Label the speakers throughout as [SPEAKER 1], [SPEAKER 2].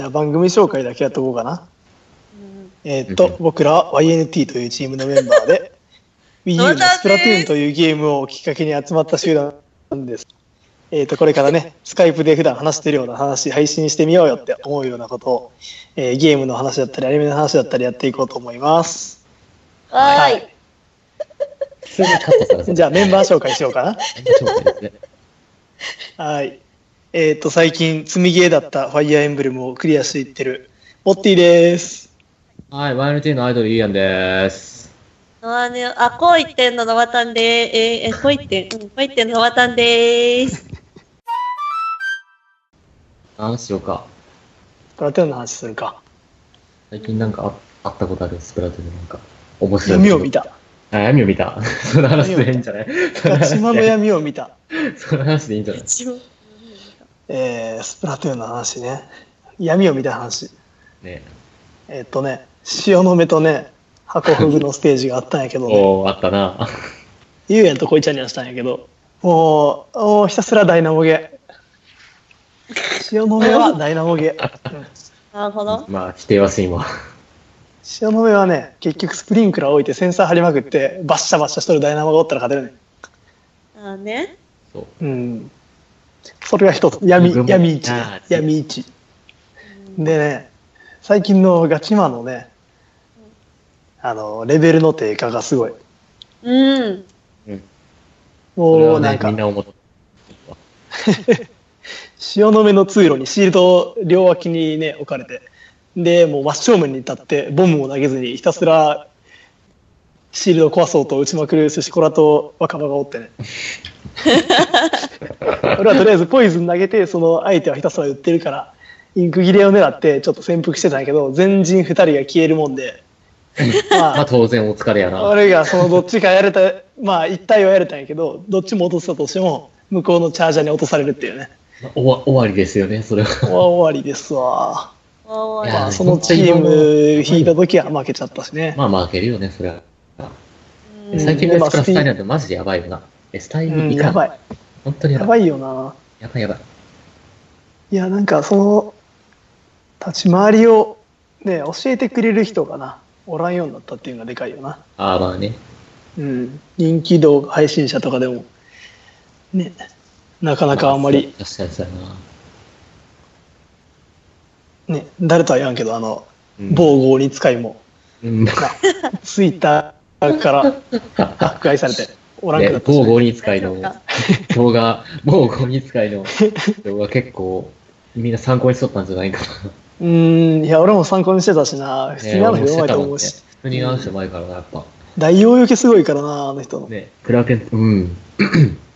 [SPEAKER 1] ゃあ番組紹介だけやっとこうかな。えーっと、
[SPEAKER 2] うん
[SPEAKER 1] 僕らは YNT というチームのメンバーで、Wii U のスプラトゥーンというゲームをきっかけに集まった集団なんです。えーっと、これからね、スカイプで普段話してるような話、配信してみようよって思うようなことを、えーゲームの話だったり、アニメの話だったりやっていこうと思います。
[SPEAKER 3] はーい。
[SPEAKER 2] 普通にカットされてる
[SPEAKER 1] じゃあメンバー紹介しようかな。
[SPEAKER 2] 紹介ですね
[SPEAKER 1] はい。えーっと、最近、積みゲーだったファイアーエンブレムをクリアしていってる、オッティです。
[SPEAKER 2] はい、YNT のアイドル、イーアンです。
[SPEAKER 3] ノアネオあ、こう言ってんののわたんでー、えーえ、こう言ってん、うんこう言ってんのわたんでーす。
[SPEAKER 2] 何しようか。
[SPEAKER 1] スプラトゥーンの話するか。
[SPEAKER 2] 最近なんかああったことあるスプラトゥーンでなんか。面白い。
[SPEAKER 1] 闇を見。た。
[SPEAKER 2] あ、闇を見た。その話でいいんじゃないその
[SPEAKER 1] ガチ
[SPEAKER 2] 話
[SPEAKER 1] マの
[SPEAKER 2] で
[SPEAKER 1] 闇を見た。
[SPEAKER 2] その話でいいんじゃない
[SPEAKER 3] 一応。
[SPEAKER 1] えースプラトゥーンの話ね。闇を見た話。
[SPEAKER 2] ね
[SPEAKER 1] えーっとね、潮の目とね、箱フグのステージがあったんやけど、ね、
[SPEAKER 2] おー、あったな。
[SPEAKER 1] ゆうやんとこいちゃんにはしたんやけど、もう、もうひたすらダイナモゲ。潮の目はダイナモゲ。うん
[SPEAKER 3] なるほど。
[SPEAKER 2] まあ、否定はしんわ。
[SPEAKER 1] 潮の目はね、結局スプリンクラー置いてセンサー張りまくって、バッシャバッシャしとるダイナモがおったら勝てるね。
[SPEAKER 3] あーね。
[SPEAKER 2] そう。
[SPEAKER 1] うん。それが一つ。闇、
[SPEAKER 2] 僕も
[SPEAKER 1] 闇一ね
[SPEAKER 2] あー
[SPEAKER 1] 闇一
[SPEAKER 3] うん
[SPEAKER 1] でね、最近のガチマのね、あの、レベルの低下がすごい。
[SPEAKER 3] うん。
[SPEAKER 2] それ
[SPEAKER 1] もう
[SPEAKER 2] は
[SPEAKER 1] な
[SPEAKER 2] ね
[SPEAKER 1] ん、か
[SPEAKER 2] みん、な思った。
[SPEAKER 1] 潮の目の通路にシールドを両脇にね、置かれて、で、もう真正面に立って、ボムを投げずにひたすら、シールドを壊そうと打ちまくる寿司コラと若葉がおってね。俺はとりあえずポイズン投げて、その相手はひたすら打ってるから、インク切れを狙ってちょっと潜伏してたんやけど、全人2人が消えるもんで、ま
[SPEAKER 2] まあ、
[SPEAKER 1] あ、
[SPEAKER 2] 当然お疲れやな。
[SPEAKER 1] 俺がそのどっちかやれた、まあ一体はやれたんやけど、どっちも落としたとしても、向こうのチャージャーに落とされるっていうね。
[SPEAKER 2] おわ終わりですよね、それは。
[SPEAKER 1] は終わりですわ。
[SPEAKER 3] おー
[SPEAKER 2] い
[SPEAKER 3] い。
[SPEAKER 2] や
[SPEAKER 1] まあ、そのチーム引いた時は負けちゃったしね。
[SPEAKER 2] まあ、負けるよね、それは。
[SPEAKER 3] うん
[SPEAKER 2] 最近の
[SPEAKER 1] う
[SPEAKER 2] や
[SPEAKER 1] ん
[SPEAKER 2] つからスタイなんてマジでやばいよな。え、スタイ
[SPEAKER 1] う
[SPEAKER 2] ル
[SPEAKER 1] ん、
[SPEAKER 2] い
[SPEAKER 1] や
[SPEAKER 2] かん。
[SPEAKER 1] ばい。
[SPEAKER 2] 本当にや
[SPEAKER 1] や
[SPEAKER 2] ばい。
[SPEAKER 1] ばいよな。
[SPEAKER 2] やばいやばい。
[SPEAKER 1] いや、なんかその、立ち回りをね、教えてくれる人がな、おらんようになったっていうのがでかいよな。
[SPEAKER 2] ああ、まあね。
[SPEAKER 1] うん。人気動画配信者とかでも、ね、なかなかあんまり、
[SPEAKER 2] 確かにそうやな。
[SPEAKER 1] ね、誰とは言わんけど、あの、
[SPEAKER 2] うん
[SPEAKER 1] 某合に使いも、
[SPEAKER 2] うん。ね、
[SPEAKER 1] ツイッターから迫害されて、おらんくなったし
[SPEAKER 2] 某
[SPEAKER 1] ね
[SPEAKER 2] ゴニ使 いの動画、某ゴニ使いの動画結構、みんな参考にしとったんじゃないかな。
[SPEAKER 1] うーん、いや、俺も参考にしてたしな、普通にあの人うまいと思うし、
[SPEAKER 2] 普通にあの人うまいからな、やっぱ。
[SPEAKER 1] 大容量系すごいからな、あの人の。
[SPEAKER 2] ね、クラーケン、うん。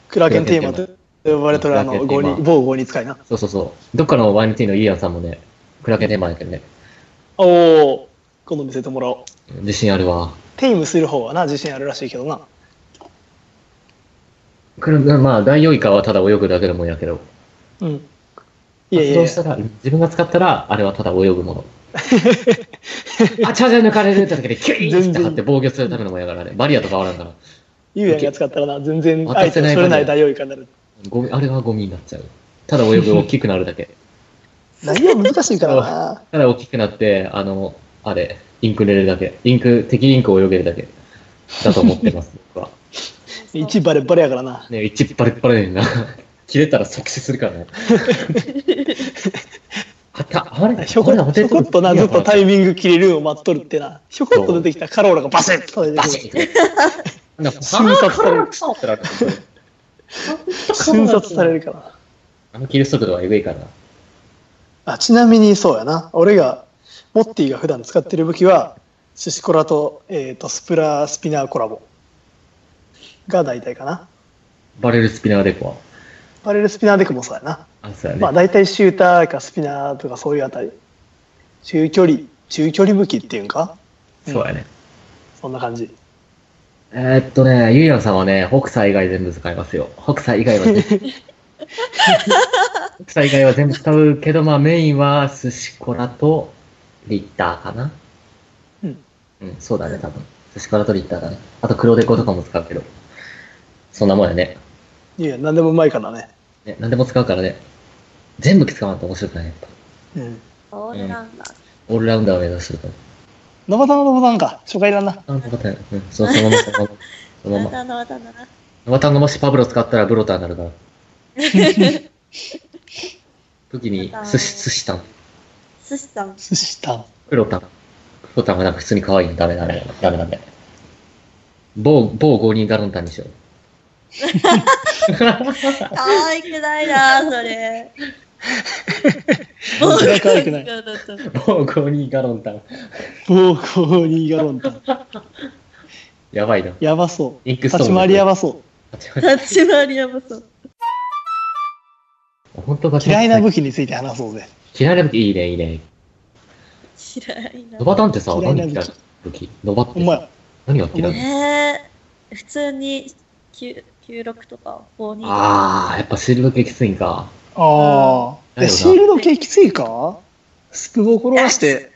[SPEAKER 1] クラーケンテーマと呼ばれてるあ
[SPEAKER 2] クラ
[SPEAKER 1] の、
[SPEAKER 2] ーケ
[SPEAKER 1] ゴ
[SPEAKER 2] ンテーマ
[SPEAKER 1] ニ某ゴニ使いな。
[SPEAKER 2] そうそうそう。どっかのワインティーのイーアンさんもね、クラーケンテーマやけどね。
[SPEAKER 1] おお、今度見せてもらおう。
[SPEAKER 2] 自信あるわ。
[SPEAKER 1] テイムする方はな、自信あるらしいけどな。
[SPEAKER 2] クラまあ、第4位以下はただ泳ぐだけのもんやけど。
[SPEAKER 1] うん。いやいや
[SPEAKER 2] 発動
[SPEAKER 1] い
[SPEAKER 2] した
[SPEAKER 1] や、
[SPEAKER 2] ら、自分が使ったら、あれはただ泳ぐ もの。あ、チャージャー抜かれるって時にキュイーンって張って防御するためのもんやからね。バリアと変わらんから。
[SPEAKER 1] ゆうやんが使ったらな、全然
[SPEAKER 2] 当た
[SPEAKER 1] 相
[SPEAKER 2] って
[SPEAKER 1] 手
[SPEAKER 2] ない
[SPEAKER 1] それない大容量化になる。
[SPEAKER 2] ゴミ、あれはゴミになっちゃう。ただ泳ぐ大きくなるだけ。
[SPEAKER 1] 内容難しいからな。
[SPEAKER 2] ただ大きくなって、あの、あれ、インク塗れるだけ。インク、敵インクを泳げるだけ。だと思っ てます、僕は。
[SPEAKER 1] 一バレバレやからな。
[SPEAKER 2] ね、一バレッバレねんな。切れたら即死するから ね。あた、あれ
[SPEAKER 1] ひょこひょこっとな、ずっとタイ
[SPEAKER 2] ム
[SPEAKER 1] ミング切れるのを待っとるってな。ひょこっと出てきたカローラがバシッと出て
[SPEAKER 2] バ
[SPEAKER 1] く
[SPEAKER 2] シ
[SPEAKER 1] る。
[SPEAKER 2] ッなんか、
[SPEAKER 1] 瞬殺される
[SPEAKER 2] あーカラーってなる
[SPEAKER 1] 瞬殺されるからな。
[SPEAKER 2] あの切る速度はエグいからな。
[SPEAKER 1] あちなみにそうやな俺がモッティが普段使ってる武器は寿司コラと,、えー、とスプラスピナーコラボが大体かな
[SPEAKER 2] バレルスピナーデコは。
[SPEAKER 1] バレルスピナーデクもそうやな、
[SPEAKER 2] あ、そうやね。
[SPEAKER 1] まあ大体シューターかスピナーとかそういうあたり中距離中距離武器っていうんか
[SPEAKER 2] そうやね。
[SPEAKER 1] そんな感じ
[SPEAKER 2] えーっとね、ゆいやんさんはね、北斎以外全部使いますよ。北斎以外 はね。北斎以外は全部使うけど、まあメインは寿司コラとリッターかな。
[SPEAKER 1] うん。
[SPEAKER 2] うん、そうだね、多分。寿司コラとリッターだね。あと黒デコとかも使うけど。そんなもんやね。
[SPEAKER 1] いや何でもうまいからね
[SPEAKER 2] ね、何でも使うからね。全部使わんと面白くない、やっぱ。
[SPEAKER 1] うん
[SPEAKER 3] オールラウンダー。
[SPEAKER 2] オールラウンダーを目指すと。
[SPEAKER 1] ノバタのノバタンか。初回だな。
[SPEAKER 2] あ、分かったよ。うん、そう、そのまま、そのまま。そ
[SPEAKER 3] な
[SPEAKER 2] のま
[SPEAKER 3] ん
[SPEAKER 2] ま。
[SPEAKER 3] だなんだなんだ。
[SPEAKER 2] ノバタンがもしパブロ使ったらブロターになるから。時に、寿司、寿司タン。
[SPEAKER 3] 寿司さん。
[SPEAKER 1] 寿司タン。
[SPEAKER 2] クロタン。クロタンがなんか普通に可愛いの。ダメダメダメダメ。某、某五人ガロンタンにしよう。
[SPEAKER 3] 可愛くないな、それ。
[SPEAKER 1] それは可愛くない
[SPEAKER 3] そうそうそう
[SPEAKER 2] 某五人ガロンタン。
[SPEAKER 1] 暴行にガロンタン。
[SPEAKER 2] やばいな。
[SPEAKER 1] やばそう。
[SPEAKER 2] インクストーン
[SPEAKER 1] 立ち回りやばそ
[SPEAKER 3] 立ち回りやばそう。
[SPEAKER 2] 本当
[SPEAKER 1] う。嫌いな武器について話そうぜ。
[SPEAKER 2] 嫌いな武器いいね、いいね。
[SPEAKER 3] 嫌いな
[SPEAKER 2] ノ。バタンってさ、
[SPEAKER 1] 嫌い
[SPEAKER 2] 何
[SPEAKER 1] な
[SPEAKER 2] が
[SPEAKER 1] 武器
[SPEAKER 2] 嫌いな武器ノバっ
[SPEAKER 1] お
[SPEAKER 2] てさ
[SPEAKER 1] 前、
[SPEAKER 2] 何が嫌いな
[SPEAKER 3] えー、普通に9 96とか52
[SPEAKER 2] あー、やっぱシールド系きついんか。
[SPEAKER 1] ああ。
[SPEAKER 2] だよな
[SPEAKER 1] えシールド系きついかスクボを転がして。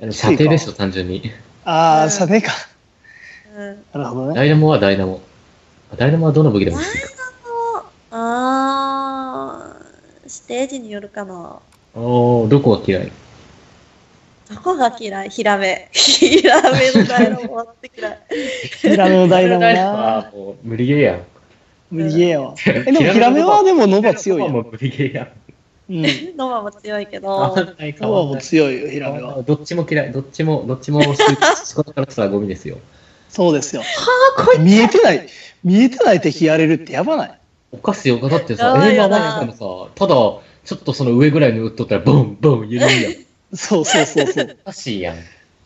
[SPEAKER 2] でも射程でしょ、単純に。
[SPEAKER 1] あ
[SPEAKER 3] う
[SPEAKER 1] あ、
[SPEAKER 3] ん
[SPEAKER 1] 射程か。
[SPEAKER 3] うん。
[SPEAKER 1] なるほどね。
[SPEAKER 2] ダイナモはダイナモ。ダイナモはどの武器でもきついか。
[SPEAKER 3] あー、ステージによるかな。
[SPEAKER 2] おー、どこが嫌い
[SPEAKER 3] どこが嫌いヒラメ。ヒラメのダイナモって嫌い。
[SPEAKER 1] ヒラメのダイナモ
[SPEAKER 2] あ
[SPEAKER 1] な。
[SPEAKER 2] ー、もう無理ゲーやん。
[SPEAKER 1] 無理ゲー よ。え、でもヒラメはでもノバ強いやん。
[SPEAKER 2] も
[SPEAKER 1] う
[SPEAKER 2] う無理ゲーやん。
[SPEAKER 1] ん。
[SPEAKER 3] ノマも強いけ
[SPEAKER 2] 変わ
[SPEAKER 3] ど。
[SPEAKER 2] んない、変
[SPEAKER 1] ノバ
[SPEAKER 2] わん
[SPEAKER 1] も
[SPEAKER 2] ない。
[SPEAKER 1] 強いよ、ヒラメは。
[SPEAKER 2] どっちも嫌い、どっちも、どっちも、仕事からしたらゴミですよ。
[SPEAKER 1] そうですよ。見えてない、見えてない敵やれるってやばない。
[SPEAKER 2] おかしいよ、だってさ、
[SPEAKER 3] やばい
[SPEAKER 2] 映画
[SPEAKER 3] よな
[SPEAKER 2] はでもさ、ただ、ちょっとその上ぐらいに打っとったら、ボン、ボン、揺れるやん。
[SPEAKER 1] そうそうそうそう。
[SPEAKER 2] おかしいやん。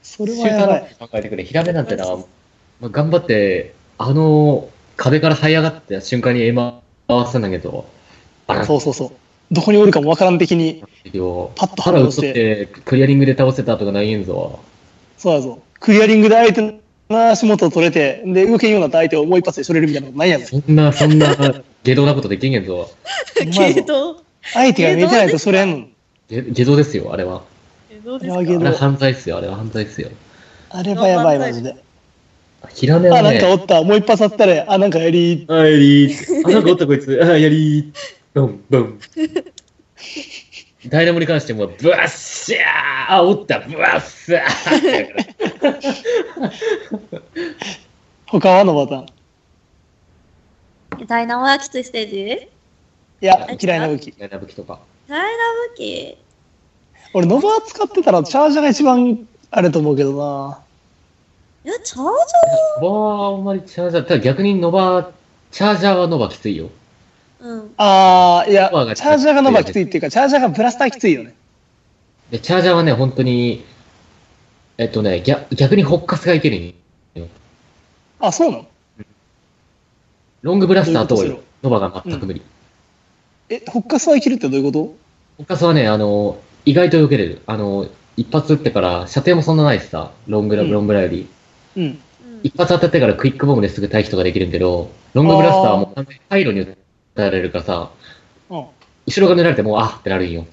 [SPEAKER 1] それはやばい。
[SPEAKER 2] い。考えてくれ。ヒラメなんてな、まあ、頑張って、あの、壁から這い上がった瞬間にエマ合わせんだけど、バランス
[SPEAKER 1] そうそうそう。どこにおるかもわからん敵に、
[SPEAKER 2] よ。
[SPEAKER 1] パッと
[SPEAKER 2] 腹
[SPEAKER 1] 反応
[SPEAKER 2] 打っ
[SPEAKER 1] し、
[SPEAKER 2] とってて、クリアリングで倒せたとかないんぞ。
[SPEAKER 1] そうだぞ。クリアリングで相手の足元を取れて、で、動けんようになった相手をもう一発でそれるみたいなことないやん。
[SPEAKER 2] そんな、そんな、下道なことできんやんぞ。
[SPEAKER 1] お前
[SPEAKER 3] け
[SPEAKER 1] ぞ
[SPEAKER 3] ど、
[SPEAKER 1] 相手が見えてないとそれやんの。
[SPEAKER 2] 下下道ですよ、あれは。
[SPEAKER 3] えどう
[SPEAKER 1] いやけ
[SPEAKER 2] あ
[SPEAKER 1] ど
[SPEAKER 2] れは犯罪っすよ、あれは犯罪っすよ。
[SPEAKER 1] あれはやばい、マジで。
[SPEAKER 2] ヒラメ
[SPEAKER 1] あ、
[SPEAKER 2] は
[SPEAKER 1] なんかお
[SPEAKER 2] ね、
[SPEAKER 1] った。もう一発あったら、あ、なんかやり
[SPEAKER 2] あ、やりー。あ、なんかおったこいつ。あ、やりー。ボン、ボン。ダイナモに関しても、ブワッシャーあ、おった、ブワッシャー
[SPEAKER 1] 他はのパターン。
[SPEAKER 3] ダイナモはきついステージ
[SPEAKER 1] いや、嫌いな武器。
[SPEAKER 2] 嫌いな武器とか。
[SPEAKER 3] ダイナモキ
[SPEAKER 1] 俺、ノバ使ってたら、チャージャーが一番あれと思うけどな。
[SPEAKER 3] いや、チャージャー
[SPEAKER 2] ノバはあんまりチャージャー、ただ逆にノバ、チャージャーはノバきついよ。
[SPEAKER 3] うん。
[SPEAKER 1] あー、いや
[SPEAKER 2] ノバが、
[SPEAKER 1] チャージャーがノバきついっていうか、チャージャーがブラスターきついよね。
[SPEAKER 2] で、チャージャーはね、本当に、えっとね、逆逆にホッカスがいけるんよ
[SPEAKER 1] あ、そうなの
[SPEAKER 2] ロングブラスター
[SPEAKER 1] ど
[SPEAKER 2] と
[SPEAKER 1] ういうこと
[SPEAKER 2] ノバが全く無理。
[SPEAKER 1] え、ホッカスは生きるってどういうこと
[SPEAKER 2] ホッカスはね、あの、意外と避けれる。あの、一発撃ってから、射程もそんなないしさ、ロングラ、
[SPEAKER 1] うん
[SPEAKER 2] ロングラより。
[SPEAKER 1] うん。
[SPEAKER 3] うん
[SPEAKER 2] 一発当たってからクイックボムですぐ退避とかできるんけど、ロングブラスターはもう完全に回路に打たれるからさ、
[SPEAKER 1] うん。
[SPEAKER 2] 後ろが狙られてもう、あってなるんよ。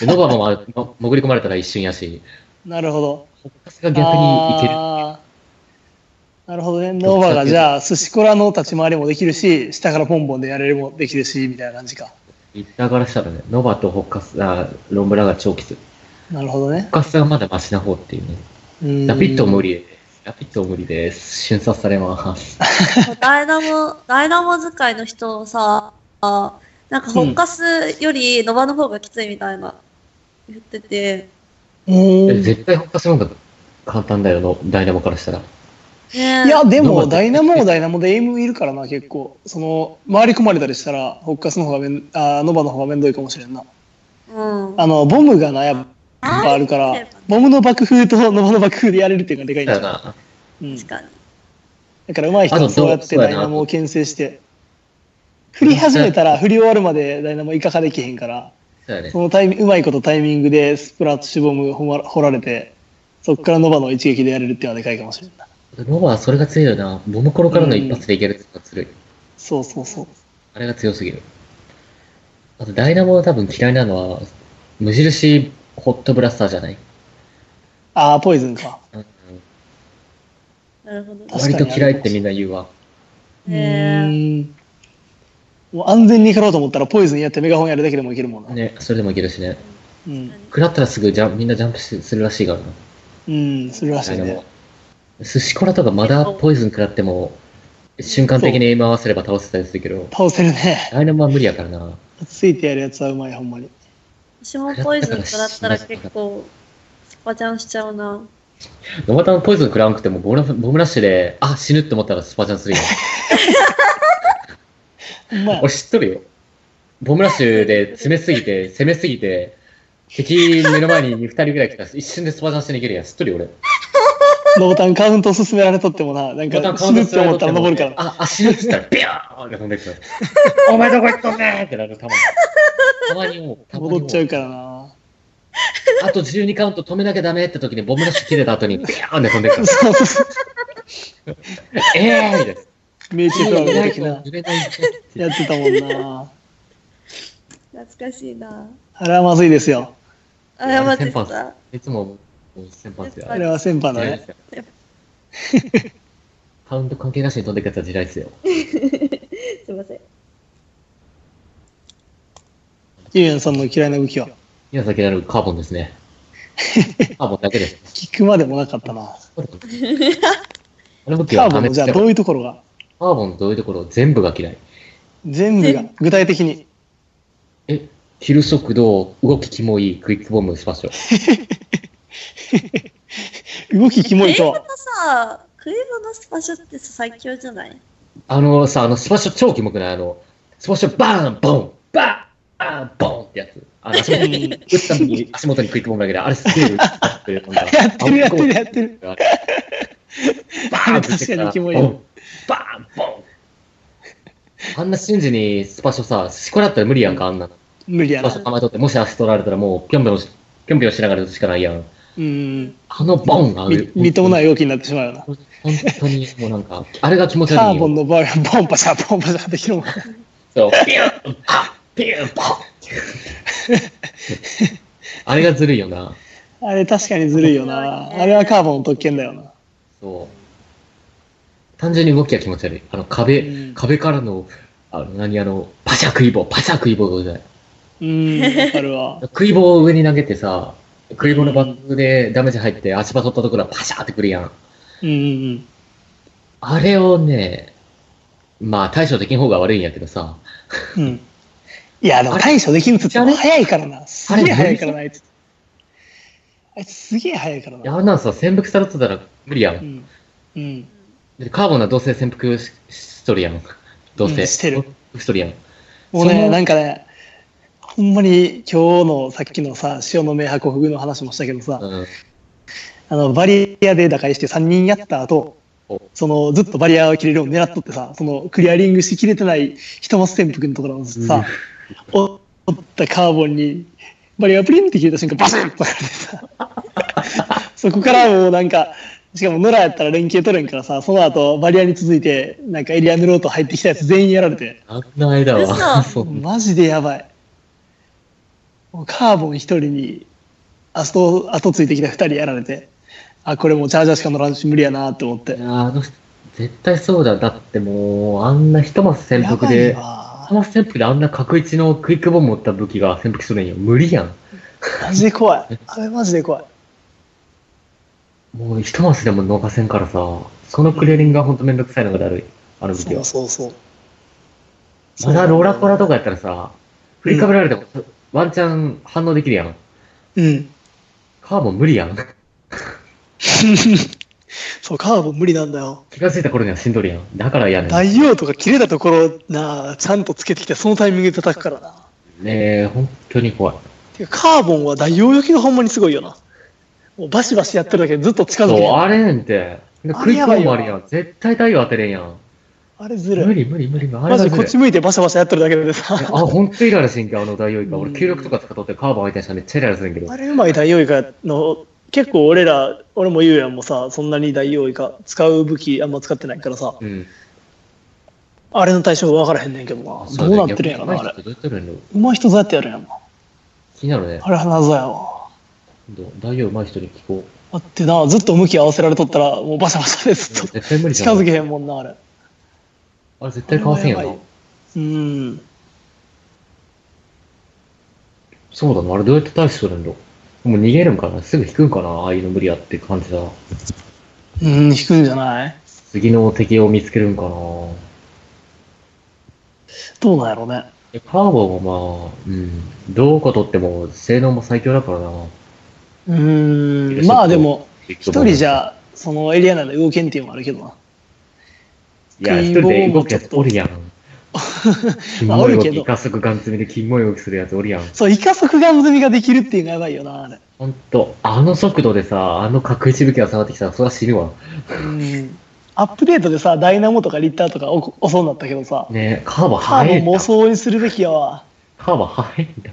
[SPEAKER 2] で、ノバもあの 潜り込まれたら一瞬やし、
[SPEAKER 1] なるほど。
[SPEAKER 2] ホッカスが逆にいける。
[SPEAKER 1] あーなるほどね。ノーバがじゃあ、寿司コラの立ち回りもできるし、下からポンポンでやれるもできるし、みたいな感じか。
[SPEAKER 2] イッターからしたらね、ノバとホッカス、あロンブラが長期する。
[SPEAKER 1] なるほどね
[SPEAKER 2] ホッ。カスがまだマシな方っていうね。
[SPEAKER 1] うん
[SPEAKER 2] ラピット無理です。ラピット無理です。瞬殺されます。
[SPEAKER 3] ダイナモ、ダイナモ使いの人をさ、あなんかホッカスよりノバの方がきついみたいな言ってて、
[SPEAKER 1] お
[SPEAKER 2] え
[SPEAKER 1] ー
[SPEAKER 2] 絶対ホッカスの方が簡単だよの、ダイナモからしたら。
[SPEAKER 3] ねえ
[SPEAKER 1] いや、で
[SPEAKER 2] ノーバ
[SPEAKER 1] も、
[SPEAKER 2] って
[SPEAKER 1] ダイナモもダイナモでエイムいるからな、結構。その、回り込まれたりしたら、ホッカスの方がめん、あーノーバの方がめんどいかもしれんな。
[SPEAKER 3] うん。
[SPEAKER 1] あの、ボムがな、やっぱあるから、ボムの爆風とノーバの爆風でやれるっていうのがでかいん
[SPEAKER 2] だ
[SPEAKER 1] じゃ
[SPEAKER 2] よ
[SPEAKER 1] ない
[SPEAKER 2] な。
[SPEAKER 1] うん
[SPEAKER 3] 確かに。
[SPEAKER 1] だから上手い人はそうやってダイナモを牽制して、振り始めたら振り終わるまでダイナモいかかできへんから、
[SPEAKER 2] そうやね
[SPEAKER 1] そ。のタイミうまいことタイミングでスプラッシュボムほま掘られて、そこからノバの一撃でやれるっていうのはでかいかもしれんない。
[SPEAKER 2] ノバはそれが強いよな。ボムコロからの一発でいけるってのが強い。
[SPEAKER 1] そうそうそう。
[SPEAKER 2] あれが強すぎる。あと、ダイナモの多分嫌いなのは、無印ホットブラスターじゃない。
[SPEAKER 1] ああ、ポイズンか。
[SPEAKER 2] うん
[SPEAKER 3] なるほどね。
[SPEAKER 1] 確かに
[SPEAKER 2] 割と嫌いってみんな言うわ。
[SPEAKER 1] う
[SPEAKER 3] ねえ
[SPEAKER 1] ーん。もう安全に行かろうと思ったらポイズンやってメガホンやるだけでもいけるもんな。
[SPEAKER 2] ね、それでもいけるしね。
[SPEAKER 1] うん。
[SPEAKER 2] 食らったらすぐジャンみんなジャンプしするらしいからな。
[SPEAKER 1] うん、するらしい
[SPEAKER 2] で
[SPEAKER 1] ね
[SPEAKER 2] も。寿司コラとかまだポイズン食らっても、瞬間的にエイム合わせれば倒せたりするけど、
[SPEAKER 1] 倒せるね。
[SPEAKER 2] ダイナモは無理やからな。
[SPEAKER 1] ついてやるやつはうまい、ほんまに。
[SPEAKER 3] 私もポイズン食らったら結構、スパチャンしちゃうな。
[SPEAKER 2] 野間たんポイズン食らわんくてもボムラ、ボムラッシュで、あ、死ぬって思ったらスパチャンするよ。
[SPEAKER 1] まあ
[SPEAKER 2] 俺、知っとるよ。ボムラッシュで詰めすぎて、攻めすぎて、敵目の前に2人ぐらい来たら一瞬でスパチャンして逃げるやん。知っとるよ、俺。
[SPEAKER 1] のボタンカウント進められとってもな、なんか死ぬって思ったら登るから。
[SPEAKER 2] あ、あ、死ぬって言ったら、ビャーンって飛んでくる。お前どこ行っとんねんってなる、たまに。たまにもう、たまにも
[SPEAKER 1] 戻っちゃうからな。
[SPEAKER 2] あと12カウント止めなきゃダメって時にボムラッシュ切れた後に、ビャーンって飛んでくる。
[SPEAKER 1] そうそうそ
[SPEAKER 2] えーみたいな。
[SPEAKER 1] う。名中フラグ
[SPEAKER 2] 揺れない
[SPEAKER 1] 的な
[SPEAKER 2] 揺。れない
[SPEAKER 1] やってたもんな。
[SPEAKER 3] 懐かしいな。
[SPEAKER 1] あれはまずいですよ。
[SPEAKER 3] あ、やばかった。
[SPEAKER 2] いつも、先輩って、
[SPEAKER 1] あれは先般だね。
[SPEAKER 2] ね。 カウント関係なしに飛んでくやつは地雷ですよ。
[SPEAKER 3] すいません。
[SPEAKER 1] ゆうやんさんの嫌いな武器は。
[SPEAKER 2] 今先なるカーボンで すね。カーボンだけです。
[SPEAKER 1] 聞くまでもなかったな。
[SPEAKER 2] あの武器
[SPEAKER 1] カー
[SPEAKER 2] は
[SPEAKER 1] ボ
[SPEAKER 2] ダ
[SPEAKER 1] ン
[SPEAKER 2] メ
[SPEAKER 1] のじゃあ
[SPEAKER 2] だ
[SPEAKER 1] どういうところが
[SPEAKER 2] カーボンどういうところ全部が嫌い。
[SPEAKER 1] 全部が具体的に。
[SPEAKER 2] え、ヒル速度、動きキモい、クイックボム、スパッショ。
[SPEAKER 1] 動きキモいと
[SPEAKER 3] ク
[SPEAKER 1] は。
[SPEAKER 3] イブのさ、クイブのスパシャってさ最強じゃない
[SPEAKER 2] あのさ、あのスパッショ超キモくないあの、スパッショバーン、ボン、バーン、ボンってやつ。あの、足 元に、打った時に足元にクイックボムだけで、あれすげえ打ってる。や
[SPEAKER 1] やってるやってるやってる。
[SPEAKER 2] バーンってし
[SPEAKER 1] 確
[SPEAKER 2] てから
[SPEAKER 1] かにキモい
[SPEAKER 2] ボンバーンボンあんな瞬時にスパショさ、しこだったら無理やんか、あんなの。
[SPEAKER 1] 無理
[SPEAKER 2] ス
[SPEAKER 1] や
[SPEAKER 2] パ
[SPEAKER 1] な
[SPEAKER 2] シ。ョ構えとって、もし足取られたらもうぴょんぴょんし、ぴょんぴょんしながら打つしかないやん。
[SPEAKER 1] うん。
[SPEAKER 2] あのボンが、。
[SPEAKER 1] み、みっともないい動きになってしまうよな。
[SPEAKER 2] 本当に、もうなんか、あれが気持ち
[SPEAKER 1] カ
[SPEAKER 2] 悪い
[SPEAKER 1] ー
[SPEAKER 2] よ
[SPEAKER 1] ボンの場合は、ボンパシャ、ボンパシャできるもん。
[SPEAKER 2] そう、ピューンパッピューンパッ あれがずるいよな。
[SPEAKER 1] あれ確かにずるいよな。あれはカーボンの特権だよな。
[SPEAKER 2] そう。単純に動きが気持ち悪い。あの壁、
[SPEAKER 1] うん
[SPEAKER 2] 壁からの、あの、何あの、パシャ食い棒、パシャ食い棒がうざい。
[SPEAKER 1] うん、わかるわ。
[SPEAKER 2] 食い棒を上に投げてさ、食い棒のバックでダメージ入って足場取ったところはパシャってくるやん。
[SPEAKER 1] うんうん
[SPEAKER 2] あれをね、まあ対処できん方が悪いんやけどさ、
[SPEAKER 1] うん。うん。いや、でも対処できるっつっても早いからな。すげえ早いからな、あいつ。あいつすげえ早いから
[SPEAKER 2] いや
[SPEAKER 1] な。
[SPEAKER 2] あんなんさ、潜伏されてたら無理や。
[SPEAKER 1] うんん。うん。
[SPEAKER 2] でカーボンはどうせ潜伏ししとるやん。どうせ。
[SPEAKER 1] うんしてる。
[SPEAKER 2] しとるやん。
[SPEAKER 1] もう
[SPEAKER 2] そ
[SPEAKER 1] ね、
[SPEAKER 2] の
[SPEAKER 1] なんかね、ほんまに今日のさっきのさ、潮の明白国の話もしたけどさ、
[SPEAKER 2] うん。
[SPEAKER 1] あのバリアで打開して3人やった後
[SPEAKER 2] お
[SPEAKER 1] そのずっとバリアを切れるように狙っとってさ、そのクリアリングしきれてない人の潜伏のところをさ、折ったカーボンにバリアがプリンって切れた瞬間、バシンとかれてさ、 そこからもうなんか、しかも野良やったら連携取れんからさ、その後バリアに続いて、なんかエリア塗ろうと入ってきたやつ全員やられて。
[SPEAKER 2] あんな間は。
[SPEAKER 3] 嘘
[SPEAKER 2] そう
[SPEAKER 1] マジでやばい。もうカーボン一人に後後ついてきた二人やられて、あ、これもうチャージャーしか乗らんし無理やなって思って
[SPEAKER 2] いや。ーあの人絶対そうだ。だってもう、あんな一マス潜
[SPEAKER 1] や
[SPEAKER 2] 伏
[SPEAKER 1] ばい
[SPEAKER 2] で、
[SPEAKER 1] わ
[SPEAKER 2] 一。マス潜伏であんな角一のクイックボム持った武器が潜伏するんよ。無理やん。
[SPEAKER 1] マジで怖い。あれマジで怖い。
[SPEAKER 2] もう一マスでも逃せんからさ、そのクレーリングがほんとめんどくさいのがだるい。あの武器
[SPEAKER 1] そ
[SPEAKER 2] は
[SPEAKER 1] う。そうそう。
[SPEAKER 2] まだローラコラとかやったらさ、振りかぶられても、ワンチャン反応できるやん。
[SPEAKER 1] うん。
[SPEAKER 2] カーボン無理やん。
[SPEAKER 1] そう、カーボン無理なんだよ。
[SPEAKER 2] 気がついた頃には死んどるやん。だから嫌ねん。
[SPEAKER 1] 大王とか切れたところなあ、ちゃんとつけてきて、そのタイミングで叩くからな。
[SPEAKER 2] ねえ、ほんとに怖い。
[SPEAKER 1] てかカーボンは大王よきがほんまにすごいよな。もうバシバシやってるだけでずっと近づ
[SPEAKER 2] そ
[SPEAKER 1] け
[SPEAKER 2] う、
[SPEAKER 1] て
[SPEAKER 2] あれねんて。で
[SPEAKER 1] あ
[SPEAKER 2] ク
[SPEAKER 1] れ
[SPEAKER 2] イッ
[SPEAKER 1] や
[SPEAKER 2] ク
[SPEAKER 1] ばい
[SPEAKER 2] ボム
[SPEAKER 1] よ
[SPEAKER 2] あるやん。絶対太陽当てれんやん。
[SPEAKER 1] あれずるい
[SPEAKER 2] 無。理無理無理無理。あれ
[SPEAKER 1] マ
[SPEAKER 2] は
[SPEAKER 1] ジで
[SPEAKER 2] ず
[SPEAKER 1] こ
[SPEAKER 2] る
[SPEAKER 1] っ
[SPEAKER 2] い
[SPEAKER 1] ち向いてバシャバシャやってるだけでさ
[SPEAKER 2] え、あ、ほんとイライラしてんけ、あの大王イカ。
[SPEAKER 1] う
[SPEAKER 2] 俺、
[SPEAKER 1] ん
[SPEAKER 2] 球力とか使っとってカーボン相手にしたらめっちゃイライラするんやけど
[SPEAKER 1] あ。れうまい大王イカの、結構俺ら、俺もゆうやんもさ、そんなに大王イカ使う武器あんま使ってないからさ、
[SPEAKER 2] うん。
[SPEAKER 1] あれの対象が分からへんねんけどな。どうなってるんやろな、あれ
[SPEAKER 2] 逆。にどうやってるんやろ
[SPEAKER 1] うまい人どうやってやるんやろな。
[SPEAKER 2] 気になるね。
[SPEAKER 1] あれは謎やわ。
[SPEAKER 2] 今度大王上手い人に聞こう。
[SPEAKER 1] だってな、ずっと向き合わせられとったら、もうバシャバシャでずっと
[SPEAKER 2] 絶対無理じ
[SPEAKER 1] 近
[SPEAKER 2] ゃん。
[SPEAKER 1] づけへんもんな、あれ。
[SPEAKER 2] あれ絶対かわせんや
[SPEAKER 1] あれはや
[SPEAKER 2] ろ
[SPEAKER 1] ば。うん。
[SPEAKER 2] そうだな、あれどうやって対処するんだもう逃げるんかなすぐ引くんかなああいうの無理やって感じだ。
[SPEAKER 1] うん、引くんじゃない
[SPEAKER 2] 次の敵を見つけるんかな
[SPEAKER 1] どうなんやろうね。
[SPEAKER 2] えカーボンはまあ、うん、どうかとっても性能も最強だからな。
[SPEAKER 1] うーん、まあでも、一人じゃ、そのエリア内で動けんっていうのもあるけどな。
[SPEAKER 2] いや、一人で動くやつお るやん。キ
[SPEAKER 1] まあお
[SPEAKER 2] モい
[SPEAKER 1] る
[SPEAKER 2] 動
[SPEAKER 1] け
[SPEAKER 2] き、
[SPEAKER 1] ど
[SPEAKER 2] 加速ガン積みでキモい動きするやつおるやん。
[SPEAKER 1] そう、イカ速ガン積みができるっていうのがやばいよな、あれ。
[SPEAKER 2] ほんと、あの速度でさ、あの角しぶきが下がってきたら、それは死ぬわ。
[SPEAKER 1] うん。アップデートでさ、ダイナモとかリッターとかお遅うになったけどさ、
[SPEAKER 2] ねえ、カーボン
[SPEAKER 1] カー
[SPEAKER 2] 速
[SPEAKER 1] ボ
[SPEAKER 2] い
[SPEAKER 1] ン
[SPEAKER 2] ん
[SPEAKER 1] も
[SPEAKER 2] だ。
[SPEAKER 1] 遅うにするべきやわ。
[SPEAKER 2] カーボン速いんだ。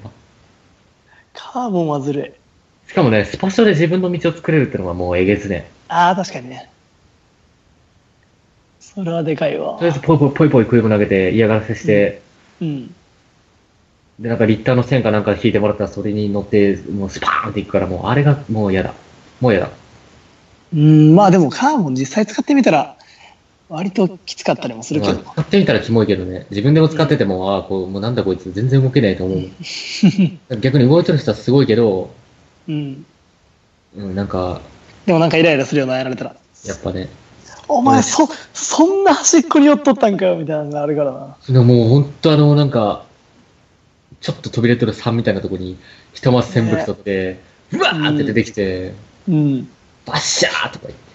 [SPEAKER 1] カーボンはずるい。
[SPEAKER 2] しかもね、スパショで自分の道を作れるってのがもうえげつね。
[SPEAKER 1] ああ、確かにね。それはでかいわ
[SPEAKER 2] と。りあえずポイポイポイポイクイム投げて嫌がらせして、
[SPEAKER 1] うん。
[SPEAKER 2] で、なんかリッターの線かなんか引いてもらったらそれに乗って、もうスパーンっていくから、もうあれがもう嫌だ。もう嫌だ。
[SPEAKER 1] うん、まあでもカーボン実際使ってみたら、割ときつかったりもするけど。
[SPEAKER 2] まあ使ってみたらキモいけどね。自分でも使ってても、ああ、こう、もうなんだこいつ全然動けないと思う。 逆に動いてる人はすごいけど、
[SPEAKER 1] うん。
[SPEAKER 2] うん、なんか、
[SPEAKER 1] でもなんかイライラするようなやられたら。
[SPEAKER 2] やっぱね、
[SPEAKER 1] お前、そ、そんな端っこに寄っとったんかよ、みたいなのがあるからな。
[SPEAKER 2] でももう本当あの、なんか、ちょっと飛び出てる3みたいなとこに、ひとまず線引き取って、うわーって出てきて、
[SPEAKER 1] うん。
[SPEAKER 2] バッシャーとか言って、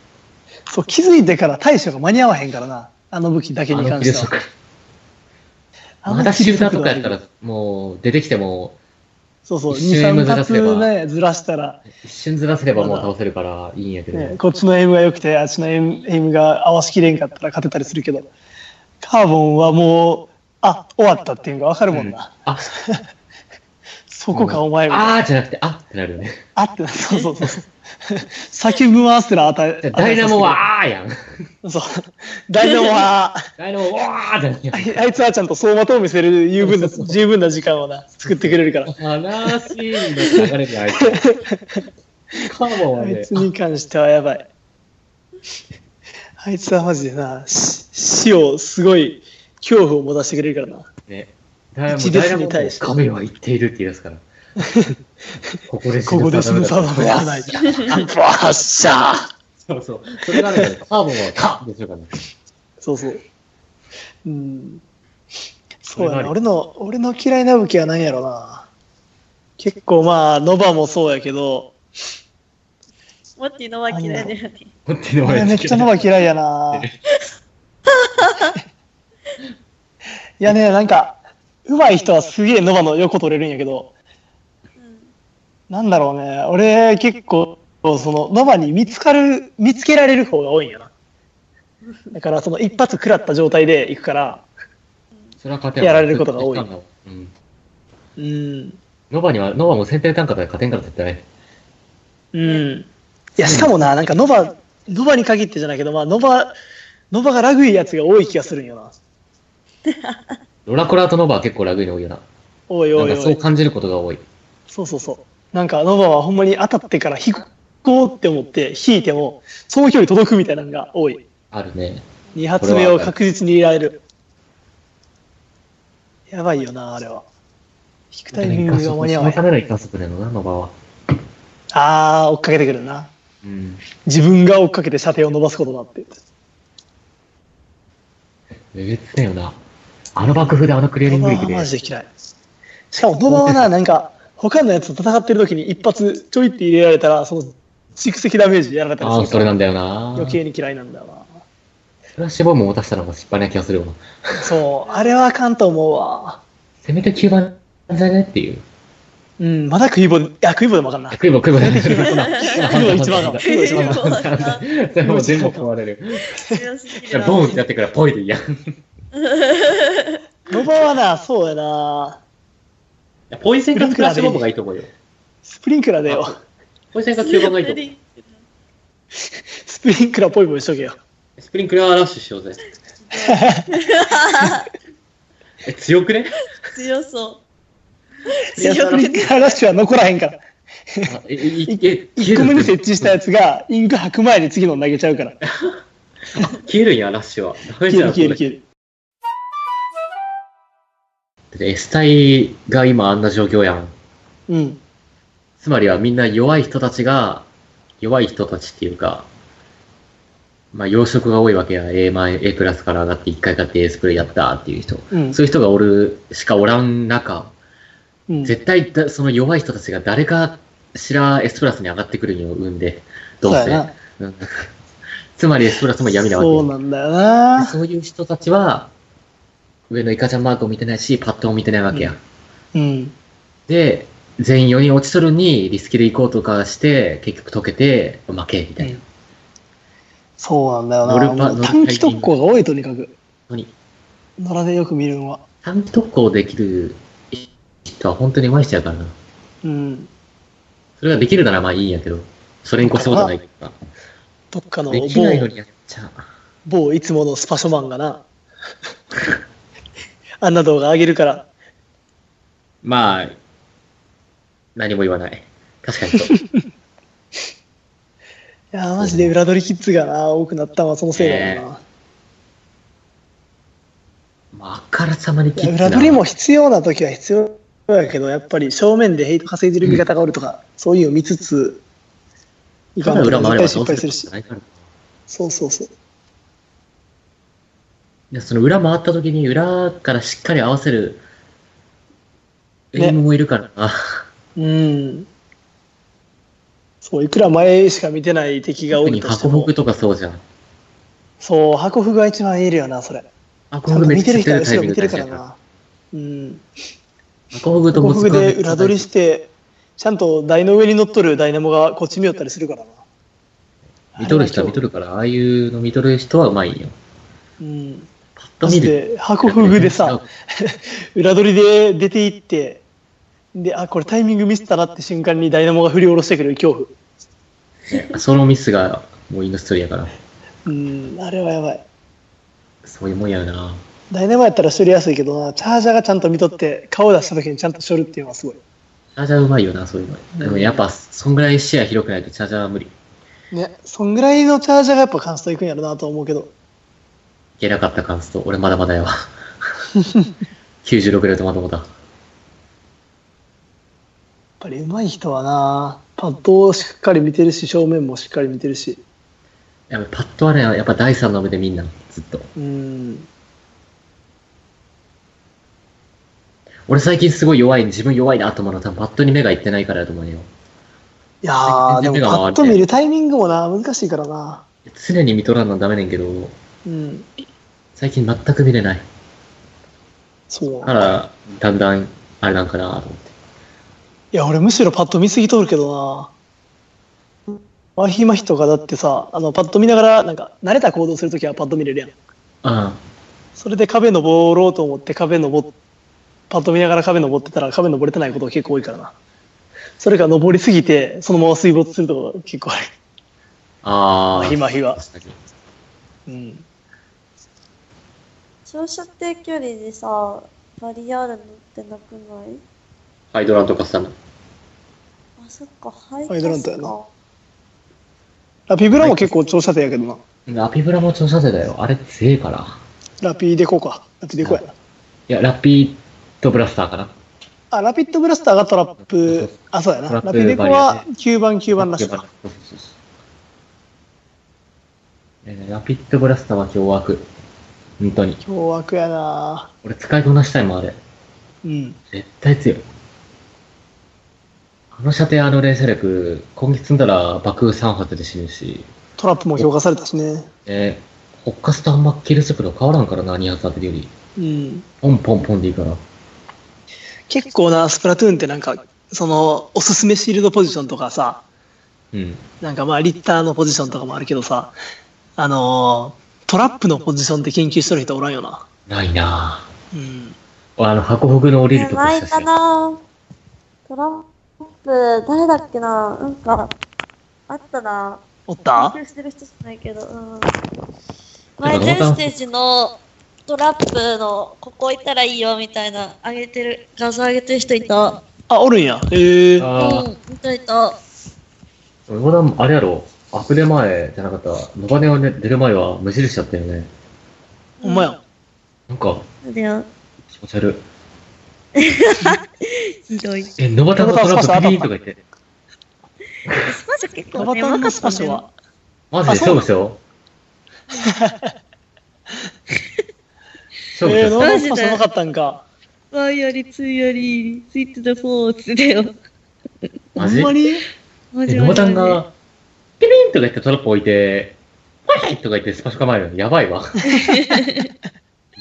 [SPEAKER 1] そう、気づいてから対処が間に合わへんからな。あの武器だけに
[SPEAKER 2] あの
[SPEAKER 1] 関
[SPEAKER 2] 切れ
[SPEAKER 1] しては。
[SPEAKER 2] 速。
[SPEAKER 1] あの
[SPEAKER 2] まだシルターとかやった
[SPEAKER 1] 切れ速度だ
[SPEAKER 2] ら
[SPEAKER 1] けど、
[SPEAKER 2] もう出てきても、
[SPEAKER 1] そうそう、
[SPEAKER 2] 一瞬
[SPEAKER 1] 2、3
[SPEAKER 2] ずらせれば
[SPEAKER 1] 発ね、ずらしたら、
[SPEAKER 2] 一瞬ずらせればもう倒せるからいいんやけど、
[SPEAKER 1] ね、こっちのエイムが良くて、あっちのエイムエイムが合わしきれんかったら勝てたりするけど、カーボンはもう、あ、終わったっていうのがわかるもんな。
[SPEAKER 2] あ、
[SPEAKER 1] そこか、お前は。
[SPEAKER 2] あーじゃなくて、あってなるよ ね。
[SPEAKER 1] あってな、そうそうそうそう。叫ぶわすら当た
[SPEAKER 2] じゃあダイナモはあーやん。
[SPEAKER 1] そう。ダイナモは、
[SPEAKER 2] ダイナモはあーじゃないや
[SPEAKER 1] あいあいつはちゃんと走馬灯を見せる十分な、十分な時間をな、作ってくれるから。
[SPEAKER 2] ん。話の流れであいつ。カーボンは
[SPEAKER 1] あい
[SPEAKER 2] ね
[SPEAKER 1] つ、に関してはやばい。あいつはマジでな、し死をすごい恐怖を持たせてくれるからな。
[SPEAKER 2] ね、ダイヤモン
[SPEAKER 1] 一
[SPEAKER 2] ダ
[SPEAKER 1] 列
[SPEAKER 2] イヤモン
[SPEAKER 1] に対して
[SPEAKER 2] 神は言っているって言い出すから。ここで
[SPEAKER 1] ここで死ぬ
[SPEAKER 2] 定
[SPEAKER 1] 定
[SPEAKER 2] めだ
[SPEAKER 1] めはない。バッシャー
[SPEAKER 2] そうそう。それがね、カーボンはカーでしょうからね。
[SPEAKER 1] そうそう。うん。そうや
[SPEAKER 2] それなり
[SPEAKER 1] な。俺の、俺の嫌いな武器は何やろな。結構まあ、ノバもそうやけど、
[SPEAKER 3] モッティのは嫌いだよね。
[SPEAKER 2] こっての
[SPEAKER 1] 俺めっちゃノバ嫌いやな。 いやね、なんか、上手い人はすげえノバの横取れるんやけど、
[SPEAKER 3] うん
[SPEAKER 1] なんだろうね。俺結構、その、ノバに見つかる、見つけられる方が多いんやな。だから、その一発食らった状態で行くから、
[SPEAKER 2] それは勝て
[SPEAKER 1] やられることが多い
[SPEAKER 2] うん。
[SPEAKER 1] うん。
[SPEAKER 2] ノバには、ノバも先手単価で勝てんから絶対。
[SPEAKER 1] うん。いや、しかもな、なんか、ノバ、ノバに限ってじゃないけど、まあ、ノバ、ノバがラグいやつが多い気がするんよな。
[SPEAKER 2] ロラコラとノバは結構ラグいの多いよな。
[SPEAKER 1] おい
[SPEAKER 2] な
[SPEAKER 1] お
[SPEAKER 2] ん
[SPEAKER 1] い
[SPEAKER 2] か
[SPEAKER 1] お
[SPEAKER 2] そう
[SPEAKER 1] い。
[SPEAKER 2] 感じることが多い。
[SPEAKER 1] そうそうそう。なんか、ノバはほんまに当たってから引こうって思って引いても、その距離届くみたいなのが多い。
[SPEAKER 2] あるね。
[SPEAKER 1] 2発目を確実に入れられる。やばいよな、あれは。引くタイミングが間に合わ
[SPEAKER 2] その
[SPEAKER 1] へ
[SPEAKER 2] た
[SPEAKER 1] ん。
[SPEAKER 2] めの一加速なのな、ノバは。
[SPEAKER 1] あー、追っかけてくるな。
[SPEAKER 2] うん。
[SPEAKER 1] 自分が追っかけて射程を伸ばすことだって。
[SPEAKER 2] えげつねえよな。あの爆風であのクリアリング
[SPEAKER 1] ノ
[SPEAKER 2] 力
[SPEAKER 1] バ
[SPEAKER 2] で
[SPEAKER 1] はマ。ジで嫌い。しかもノバはな、なんか、他のやつと戦ってる時に一発ちょいって入れられたら、その蓄積ダメージやられたり
[SPEAKER 2] ああ、
[SPEAKER 1] す
[SPEAKER 2] そ
[SPEAKER 1] る
[SPEAKER 2] れ
[SPEAKER 1] から
[SPEAKER 2] なんだよな。
[SPEAKER 1] 余計に嫌いなんだわ。
[SPEAKER 2] フラッシュボムを持たせたのが失敗な気がするよな。
[SPEAKER 1] そう、あれはあかんと思うわ。
[SPEAKER 2] せめて9番じゃねっていう。
[SPEAKER 1] うん、まだ食い棒、いや、食い棒でもあかんな。
[SPEAKER 2] あ、クイボ、クイボ。クイボ
[SPEAKER 1] 一番だ
[SPEAKER 3] クイボ一番だ
[SPEAKER 2] それもう全部壊れる。
[SPEAKER 3] 強すぎ
[SPEAKER 2] いや
[SPEAKER 3] るわ
[SPEAKER 2] ボーンってやってからポイでいいやん。い
[SPEAKER 1] ノバはな、そうやな。
[SPEAKER 2] やポイ戦かフラッシュボムがいいと思うよ。
[SPEAKER 1] スプリンクラーだよ。
[SPEAKER 2] ポイ戦か9番 がいいと思う。
[SPEAKER 1] スプリンクラーぽいぽいしと けよ。
[SPEAKER 2] スプリンクラーラッシュしようぜ。え、強くね
[SPEAKER 3] 強そう。
[SPEAKER 1] いや、ス
[SPEAKER 3] 強
[SPEAKER 1] プ
[SPEAKER 3] く
[SPEAKER 1] リンク
[SPEAKER 3] て。
[SPEAKER 1] ラーラッシュは残らへん から。
[SPEAKER 2] あえ いいえ
[SPEAKER 1] 1個目に設置したやつが、インク吐く前に次の投げちゃう から。
[SPEAKER 2] 消えるんや、ラッシュは。ダメじ
[SPEAKER 1] 消え
[SPEAKER 2] ゃ
[SPEAKER 1] る
[SPEAKER 2] ん。
[SPEAKER 1] 消える消
[SPEAKER 2] それ
[SPEAKER 1] える。
[SPEAKER 2] だって S 隊が今あんな状況やん。
[SPEAKER 1] うん。
[SPEAKER 2] つまりはみんな弱い人たちが、弱い人たちっていうか、まあ、養殖が多いわけや、A マイ A プラスから上がって1回買って A スプレーやったっていう人。
[SPEAKER 1] うん。
[SPEAKER 2] そういう人がおる、しかおらん中、
[SPEAKER 1] うん
[SPEAKER 2] 絶対だその弱い人たちが誰かしら S プラスに上がってくるのを生んで、どう
[SPEAKER 1] そうやな
[SPEAKER 2] せ。うん つまり S プラスも闇なわけ
[SPEAKER 1] そうなんだよな。
[SPEAKER 2] そういう人たちは、上のイカちゃんマークを見てないし、パッドを見てないわけや。
[SPEAKER 1] うんうん。
[SPEAKER 2] で、全員4人落ちとるにリスキで行こうとかして、結局解けて、負け、みたいな。
[SPEAKER 1] そうなんだよ
[SPEAKER 2] 乗る
[SPEAKER 1] な。
[SPEAKER 2] パ
[SPEAKER 1] もう短期特攻が多いとにかく。
[SPEAKER 2] 本当に
[SPEAKER 1] 野良でよく見るのは。
[SPEAKER 2] 短期特攻できる人は本当に上手い人やからな。
[SPEAKER 1] うん。
[SPEAKER 2] それができるならまあいいんやけど、それに越したことはないから。
[SPEAKER 1] どっかの
[SPEAKER 2] できないの
[SPEAKER 1] 某、
[SPEAKER 2] にやっちゃう。
[SPEAKER 1] 某いつものスパショマンが な。あんな動画上げるから。
[SPEAKER 2] まあ、何も言わない。確か にそう。
[SPEAKER 1] いやー、マジで裏取りキッズがな、多くなったのはそのせいだよな。
[SPEAKER 2] まあ、あからさまに
[SPEAKER 1] い
[SPEAKER 2] 切
[SPEAKER 1] や
[SPEAKER 2] っ
[SPEAKER 1] 裏
[SPEAKER 2] て
[SPEAKER 1] 取りも必要な時は必要やけど、やっぱり正面でヘイト稼いでる味方がおるとか、そういうのを見つつ、い
[SPEAKER 2] た
[SPEAKER 1] かん
[SPEAKER 2] だ
[SPEAKER 1] と
[SPEAKER 2] 裏回
[SPEAKER 1] 絶
[SPEAKER 2] れば
[SPEAKER 1] 対失
[SPEAKER 2] ど
[SPEAKER 1] 敗する
[SPEAKER 2] うすること
[SPEAKER 1] し
[SPEAKER 2] じゃ。ないから。
[SPEAKER 1] そうそうそう。
[SPEAKER 2] いやその裏回った時に裏からしっかり合わせる
[SPEAKER 1] ね
[SPEAKER 2] エイムもいるからな。
[SPEAKER 1] うん。そう、いくら前しか見てない敵がお
[SPEAKER 2] 特
[SPEAKER 1] る
[SPEAKER 2] に
[SPEAKER 1] として
[SPEAKER 2] 箱
[SPEAKER 1] も
[SPEAKER 2] 木。とかそうじゃん。
[SPEAKER 1] そう、箱フグが一番いるよな、それ。ち
[SPEAKER 2] 箱
[SPEAKER 1] ゃん
[SPEAKER 2] フ
[SPEAKER 1] と
[SPEAKER 2] グめ
[SPEAKER 1] 見
[SPEAKER 2] っち
[SPEAKER 1] て
[SPEAKER 2] ゃ
[SPEAKER 1] る
[SPEAKER 2] 出
[SPEAKER 1] 人は後ろ
[SPEAKER 2] るタイミン
[SPEAKER 1] 見てる
[SPEAKER 2] グ大事
[SPEAKER 1] から
[SPEAKER 2] やから。
[SPEAKER 1] な。うん。
[SPEAKER 2] 箱フグと
[SPEAKER 1] 箱
[SPEAKER 2] モス
[SPEAKER 1] フグ
[SPEAKER 2] クワ
[SPEAKER 1] で裏取りして、ちゃんと台の上に乗っとるダイナモがこっち見よったりするからな。
[SPEAKER 2] 見とる人は見とるから、ああいうの見とる人はうまいよ。
[SPEAKER 1] うん。
[SPEAKER 2] パッと
[SPEAKER 1] そ
[SPEAKER 2] 見
[SPEAKER 1] し
[SPEAKER 2] る。
[SPEAKER 1] て、箱フグでさ、 裏取りで出て行って、で、あ、これタイミングミスったなって瞬間にダイナモが振り下ろしてくる恐怖。
[SPEAKER 2] ね、そのミスがもうインドストリーやから、
[SPEAKER 1] うん、あれはやばい。
[SPEAKER 2] そういうもんやよな。
[SPEAKER 1] ダイナモやったら処理やすいけどな、チャージャーがちゃんと見とって、顔出した時にちゃんと処理っていうのはすごい。
[SPEAKER 2] チャージャーうまいよな、そういうの。でもやっぱ、そんぐらい視野広くないとチャージャーは無理。い
[SPEAKER 1] ね、そんぐらいのチャージャーがやっぱカンストいくんやろなと思うけど。
[SPEAKER 2] けなかった感想と、俺まだまだやわ。96ぐらいでまだまだ。
[SPEAKER 1] やっぱり上手い人はなパッドをしっかり見てるし正面もしっかり見てるし
[SPEAKER 2] やっぱパッとはね、やっぱ第三の目でみんな、ずっと。
[SPEAKER 1] うん
[SPEAKER 2] 俺最近すごい弱い、自分弱いなと思うのは多分パッとに目がいってないからやと思うよ。
[SPEAKER 1] いやーで
[SPEAKER 2] 全然
[SPEAKER 1] も
[SPEAKER 2] 手が回
[SPEAKER 1] パッ
[SPEAKER 2] らんね
[SPEAKER 1] ド見るタイミングもな難しいからな
[SPEAKER 2] 常に見とらんのはダメねんけど、
[SPEAKER 1] うん
[SPEAKER 2] 最近全く見れない。
[SPEAKER 1] そう
[SPEAKER 2] だから、だんだん、あれなんかなと思って。
[SPEAKER 1] いや俺むしろパッド見すぎとるけどなマヒマヒとかだってさあのパッド見ながらなんか慣れた行動するときはパッド見れるやん
[SPEAKER 2] あ
[SPEAKER 1] それで壁登ろうと思って壁登っパッと見ながら壁登ってたら壁登れてないことが結構多いからなそれか登りすぎてそのまま水没するとか結構ある
[SPEAKER 2] あ。
[SPEAKER 1] マ
[SPEAKER 2] ああ。
[SPEAKER 1] ヒマヒは
[SPEAKER 2] 確かに
[SPEAKER 1] うん
[SPEAKER 3] 長射程距離でさ、バリアール乗ってなくない
[SPEAKER 2] ハイドランとかさ、
[SPEAKER 3] あ、そっか、ハイ
[SPEAKER 1] ハイドラント
[SPEAKER 3] ト
[SPEAKER 1] やなラピブラも結構長射程やけどな。
[SPEAKER 2] アピブラも調査生だよ。あれ強いから。
[SPEAKER 1] ラピデコか。ラピデコやな。
[SPEAKER 2] いや、ラピッドブラスターかな。
[SPEAKER 1] あ、ラピッドブラスターがトラップ、あ、そうやな。
[SPEAKER 2] トラ
[SPEAKER 1] ラ
[SPEAKER 2] ップ
[SPEAKER 1] ピデコ
[SPEAKER 2] バ
[SPEAKER 1] は
[SPEAKER 2] リア
[SPEAKER 1] 9番、9番らしい
[SPEAKER 2] そう
[SPEAKER 1] な。
[SPEAKER 2] そうそうえーラピッドブラスターは凶悪。本当に。
[SPEAKER 1] 凶悪やな
[SPEAKER 2] 俺使いこなしたいもん、あれ。
[SPEAKER 1] うん。
[SPEAKER 2] 絶対強い。あの射程、あの連射力、今月積んだら爆3発で死ぬし、
[SPEAKER 1] トラップも評価されたしね。
[SPEAKER 2] えー、ホッカスとあんまキル速度変わらんからな、2発当てるより。
[SPEAKER 1] うん。
[SPEAKER 2] ポンポンポンでいいから。
[SPEAKER 1] 結構な、スプラトゥーンってなんか、その、おすすめシールドポジションとかさ、
[SPEAKER 2] うん。
[SPEAKER 1] なんかまあ、リッターのポジションとかもあるけどさ、あのートラップのポジションって研究しとる人おらんよな。
[SPEAKER 2] ないな
[SPEAKER 1] う
[SPEAKER 2] ぁ。
[SPEAKER 1] ん。
[SPEAKER 2] 俺あの、箱フグの降りるとこ
[SPEAKER 3] な
[SPEAKER 2] し
[SPEAKER 3] い
[SPEAKER 2] か
[SPEAKER 3] か
[SPEAKER 2] 知らん。
[SPEAKER 3] なトランプ、誰だっけななんか、あったな
[SPEAKER 1] おった
[SPEAKER 3] 研究してる人じゃないけど、うん。
[SPEAKER 2] な
[SPEAKER 3] 前、
[SPEAKER 2] んか
[SPEAKER 3] 全ステージのトラップの、ここ行ったらいいよみたいな、上げてる、画像上げてる人いた。
[SPEAKER 1] あ、おるんや。へえ。
[SPEAKER 3] う
[SPEAKER 2] あ
[SPEAKER 3] ん、見といた。
[SPEAKER 2] ー、俺もあれやろ。アプデ前じゃなかった。ノバネを、ね、出る前は無印だったよね。
[SPEAKER 1] ほんまや。
[SPEAKER 2] なんか、
[SPEAKER 3] そうだよ。
[SPEAKER 2] 気持ち悪い。
[SPEAKER 3] ひどい。
[SPEAKER 2] え、ノバタのトラップビビーンとか言って。
[SPEAKER 3] スパシャ結
[SPEAKER 1] ノ
[SPEAKER 3] 構
[SPEAKER 1] バ
[SPEAKER 3] ね、
[SPEAKER 1] タン
[SPEAKER 3] 若か
[SPEAKER 1] の
[SPEAKER 3] っ
[SPEAKER 1] ス
[SPEAKER 3] た
[SPEAKER 1] パ
[SPEAKER 3] ん
[SPEAKER 1] シ
[SPEAKER 3] だ
[SPEAKER 1] ャ
[SPEAKER 3] よ
[SPEAKER 1] は。
[SPEAKER 2] マジで
[SPEAKER 1] あそ
[SPEAKER 2] 勝
[SPEAKER 1] う
[SPEAKER 2] 負し よう。勝負し
[SPEAKER 1] えー、ノ
[SPEAKER 2] よ
[SPEAKER 1] バ
[SPEAKER 2] う。
[SPEAKER 1] タンスパシャうまかったんか。
[SPEAKER 3] ワイヤリ、ツイヤリ、ツイットダフォーツだよ。
[SPEAKER 1] ほ
[SPEAKER 2] マ
[SPEAKER 1] ん
[SPEAKER 2] ジ
[SPEAKER 1] まに
[SPEAKER 3] マ
[SPEAKER 2] え、
[SPEAKER 3] ジ
[SPEAKER 2] ノバタン
[SPEAKER 3] マジ
[SPEAKER 2] が、ピリンとか言ってトラップ置いて、パイとか言ってスパシャ構えるの。やばい わ。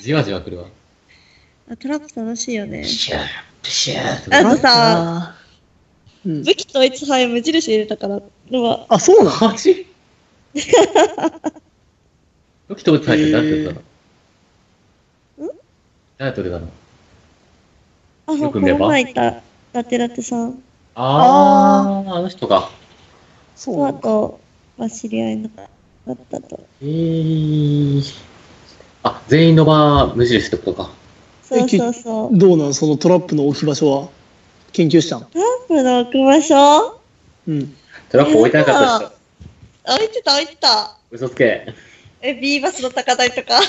[SPEAKER 2] じわじわ来るわ。
[SPEAKER 3] あトラップ楽しいよね
[SPEAKER 2] プ。シュー、プシュー。
[SPEAKER 3] あとさ、
[SPEAKER 1] うん
[SPEAKER 3] 武器と一杯無印入れたから、のは、
[SPEAKER 1] あ、そうなの
[SPEAKER 2] マジ武器統一入って誰と出たの誰と出たの
[SPEAKER 3] あ、
[SPEAKER 2] よ
[SPEAKER 3] こ
[SPEAKER 2] く見れ
[SPEAKER 3] の
[SPEAKER 2] ば
[SPEAKER 3] 前いた、ラテラテさん
[SPEAKER 2] あー、あの人か。
[SPEAKER 1] そう
[SPEAKER 3] と、
[SPEAKER 1] な
[SPEAKER 3] あ
[SPEAKER 1] のか。
[SPEAKER 3] と、は知り合いの方だったと。
[SPEAKER 2] えー。あ、全員の場無印ってことか。
[SPEAKER 3] そうそうそう。
[SPEAKER 1] どうなんそのトラップの置き場所は研究したん
[SPEAKER 3] トラップの置く場所
[SPEAKER 1] うん。
[SPEAKER 2] トラップ置いてなかったでしょ。
[SPEAKER 3] 置いてた、置いてた。
[SPEAKER 2] 嘘つけ。
[SPEAKER 3] え、ビーバスの高台とか。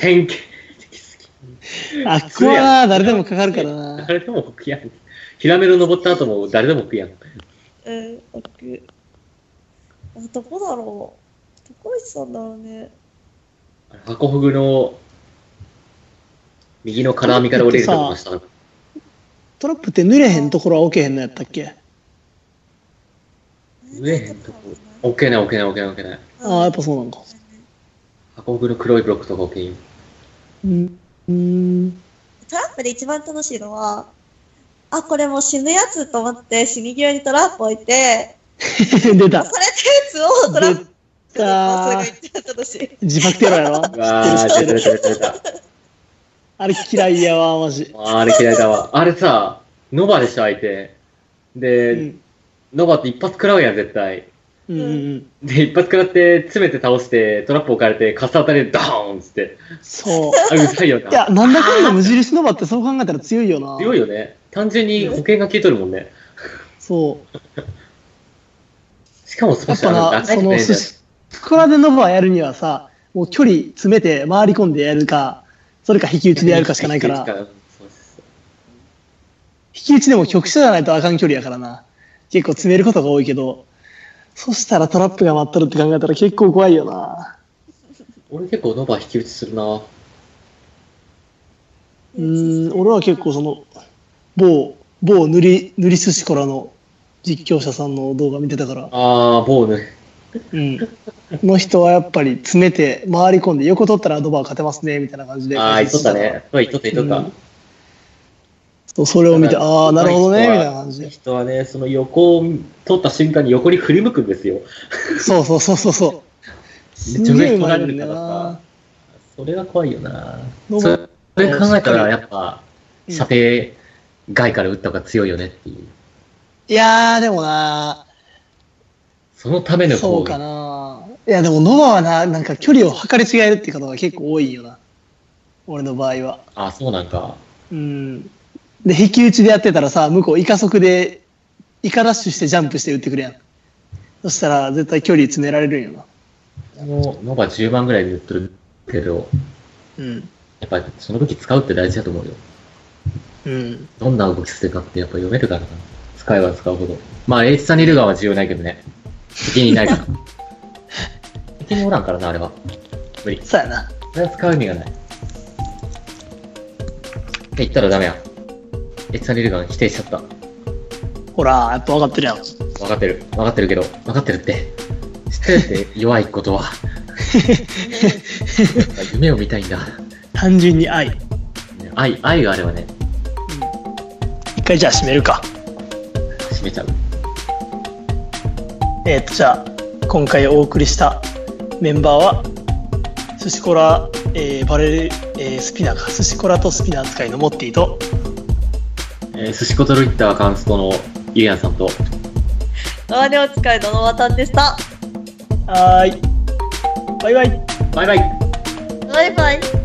[SPEAKER 2] 偏見。
[SPEAKER 1] あ、ここは誰でもかかるからな。
[SPEAKER 2] 誰でも置くやん。ヒラメロ登った後も誰でも置くやん。
[SPEAKER 3] うん、置く。あ、どこだろう。どこ行ってたんだろうね。
[SPEAKER 2] 箱ほぐの右の金網から降りるとこでした。
[SPEAKER 1] トラップって濡れへんところは置けへんのやったっけ
[SPEAKER 2] 上へんとこ置けない置けない置けない置けない。
[SPEAKER 1] ああ、やっぱそうなんか。
[SPEAKER 2] 箱ほぐの黒いブロックとか置けんよ。
[SPEAKER 1] うん。うん。
[SPEAKER 3] トラップで一番楽しいのは、あ、これもう死ぬやつと思って死に際にトラップ置いて、
[SPEAKER 1] 出た。
[SPEAKER 3] やつをトラップ
[SPEAKER 1] 出
[SPEAKER 3] に
[SPEAKER 1] た
[SPEAKER 3] パスが行っちゃったとし。
[SPEAKER 1] 自爆テロやろ
[SPEAKER 2] うわー、出た出た出た出た。
[SPEAKER 1] あれ嫌いやわ、マジ。
[SPEAKER 2] あれ嫌いだわ。あれさ、ノバでしょ、相手。
[SPEAKER 1] う
[SPEAKER 2] で、
[SPEAKER 1] ん。
[SPEAKER 2] ノバって一発食らうやん、絶対。
[SPEAKER 1] うんうん
[SPEAKER 2] で、一発食らって、詰めて倒して、トラップ置かれて、カス当たりでドーンっつって。
[SPEAKER 1] うん。そう。
[SPEAKER 2] あ、うざいよ
[SPEAKER 1] いや
[SPEAKER 2] な。、
[SPEAKER 1] なんだかんだ無印の場ってそう考えたら強いよな。
[SPEAKER 2] 強いよね。単純に保険が効いとるもんね。
[SPEAKER 1] そう。
[SPEAKER 2] しかもスパ
[SPEAKER 1] やっ
[SPEAKER 2] シャ
[SPEAKER 1] ぱ
[SPEAKER 2] ル
[SPEAKER 1] な、
[SPEAKER 2] 長
[SPEAKER 1] そ
[SPEAKER 2] いね
[SPEAKER 1] の、。寿司、こらでノバやるにはさ、もう距離詰めて回り込んでやるか、それか引き打ちでやるかしかないから、
[SPEAKER 2] そうそう
[SPEAKER 1] 引き打ちでも局所じゃないとあかん距離やからな。結構詰めることが多いけど、そしたらトラップが待っとるって考えたら結構怖いよな。
[SPEAKER 2] そう俺結構ノバ引き打ちするな。
[SPEAKER 1] うーん、俺は結構その、某、某塗り、塗り寿司からの実況者さんの動画見てたから、
[SPEAKER 2] あー、ボーヌ。
[SPEAKER 1] うん。の人はやっぱり詰めて、回り込んで、横取ったらアドバー勝てますね、みたいな感じで。
[SPEAKER 2] あー、いっとったね。そういっとった、いっとった。
[SPEAKER 1] うんそう、それを見て、ああ、なるほどね、みたいな感じで。
[SPEAKER 2] 人はね、その横を取った瞬間に横に振り向くんですよ。
[SPEAKER 1] そうそうそうそうそう。
[SPEAKER 2] めっちゃ上取られるからさ。それが怖いよな。
[SPEAKER 1] どうも
[SPEAKER 2] それ考えたら、やっぱ、
[SPEAKER 1] うん
[SPEAKER 2] 射程外から打った方が強いよねっていう。
[SPEAKER 1] いやー、でもな
[SPEAKER 2] そのための
[SPEAKER 1] ー、そうかなー。いや、でも、ノバはな、なんか距離を測り違えるって方が結構多いよな。俺の場合は。
[SPEAKER 2] あ、そうなんか。
[SPEAKER 1] うん。で、引き打ちでやってたらさ、向こう、イカ速で、イカダッシュしてジャンプして打ってくるやん。そしたら、絶対距離詰められるんよな。
[SPEAKER 2] もう、ノバ10番ぐらいで打ってるけど、
[SPEAKER 1] うん。
[SPEAKER 2] やっぱその武器使うって大事だと思うよ。
[SPEAKER 1] うん。
[SPEAKER 2] どんな動きするかってやっぱ読めるからな。使えば使うほど。まあ、H さんにいる側は重要ないけどね。敵にいないから。 敵もおらんからな、あれは。無理。
[SPEAKER 1] そうやな。
[SPEAKER 2] それは使う意味がない。って言ったらダメや。エッサリルガン否定しちゃった。
[SPEAKER 1] ほら、やっぱ分かってるやん。
[SPEAKER 2] 分かってる。分かってるけど、分かってるって。知ってるって弱いこと は。夢を見たいんだ。
[SPEAKER 1] 単純に愛。うん
[SPEAKER 2] 愛、愛があればね、
[SPEAKER 1] 一回じゃあ締めるか。
[SPEAKER 2] 閉めちゃう。
[SPEAKER 1] えー、とじゃあ今回お送りしたメンバーは寿司コラ、えーバレル、えースピナーか寿司コラとスピナー使いのモッティと
[SPEAKER 2] えー、寿司コトロイッターカウンストのゆうやんさんと、
[SPEAKER 3] あれお疲れののわたんでした。
[SPEAKER 1] はーいバイバイ
[SPEAKER 2] バイバイ
[SPEAKER 3] バイバイ。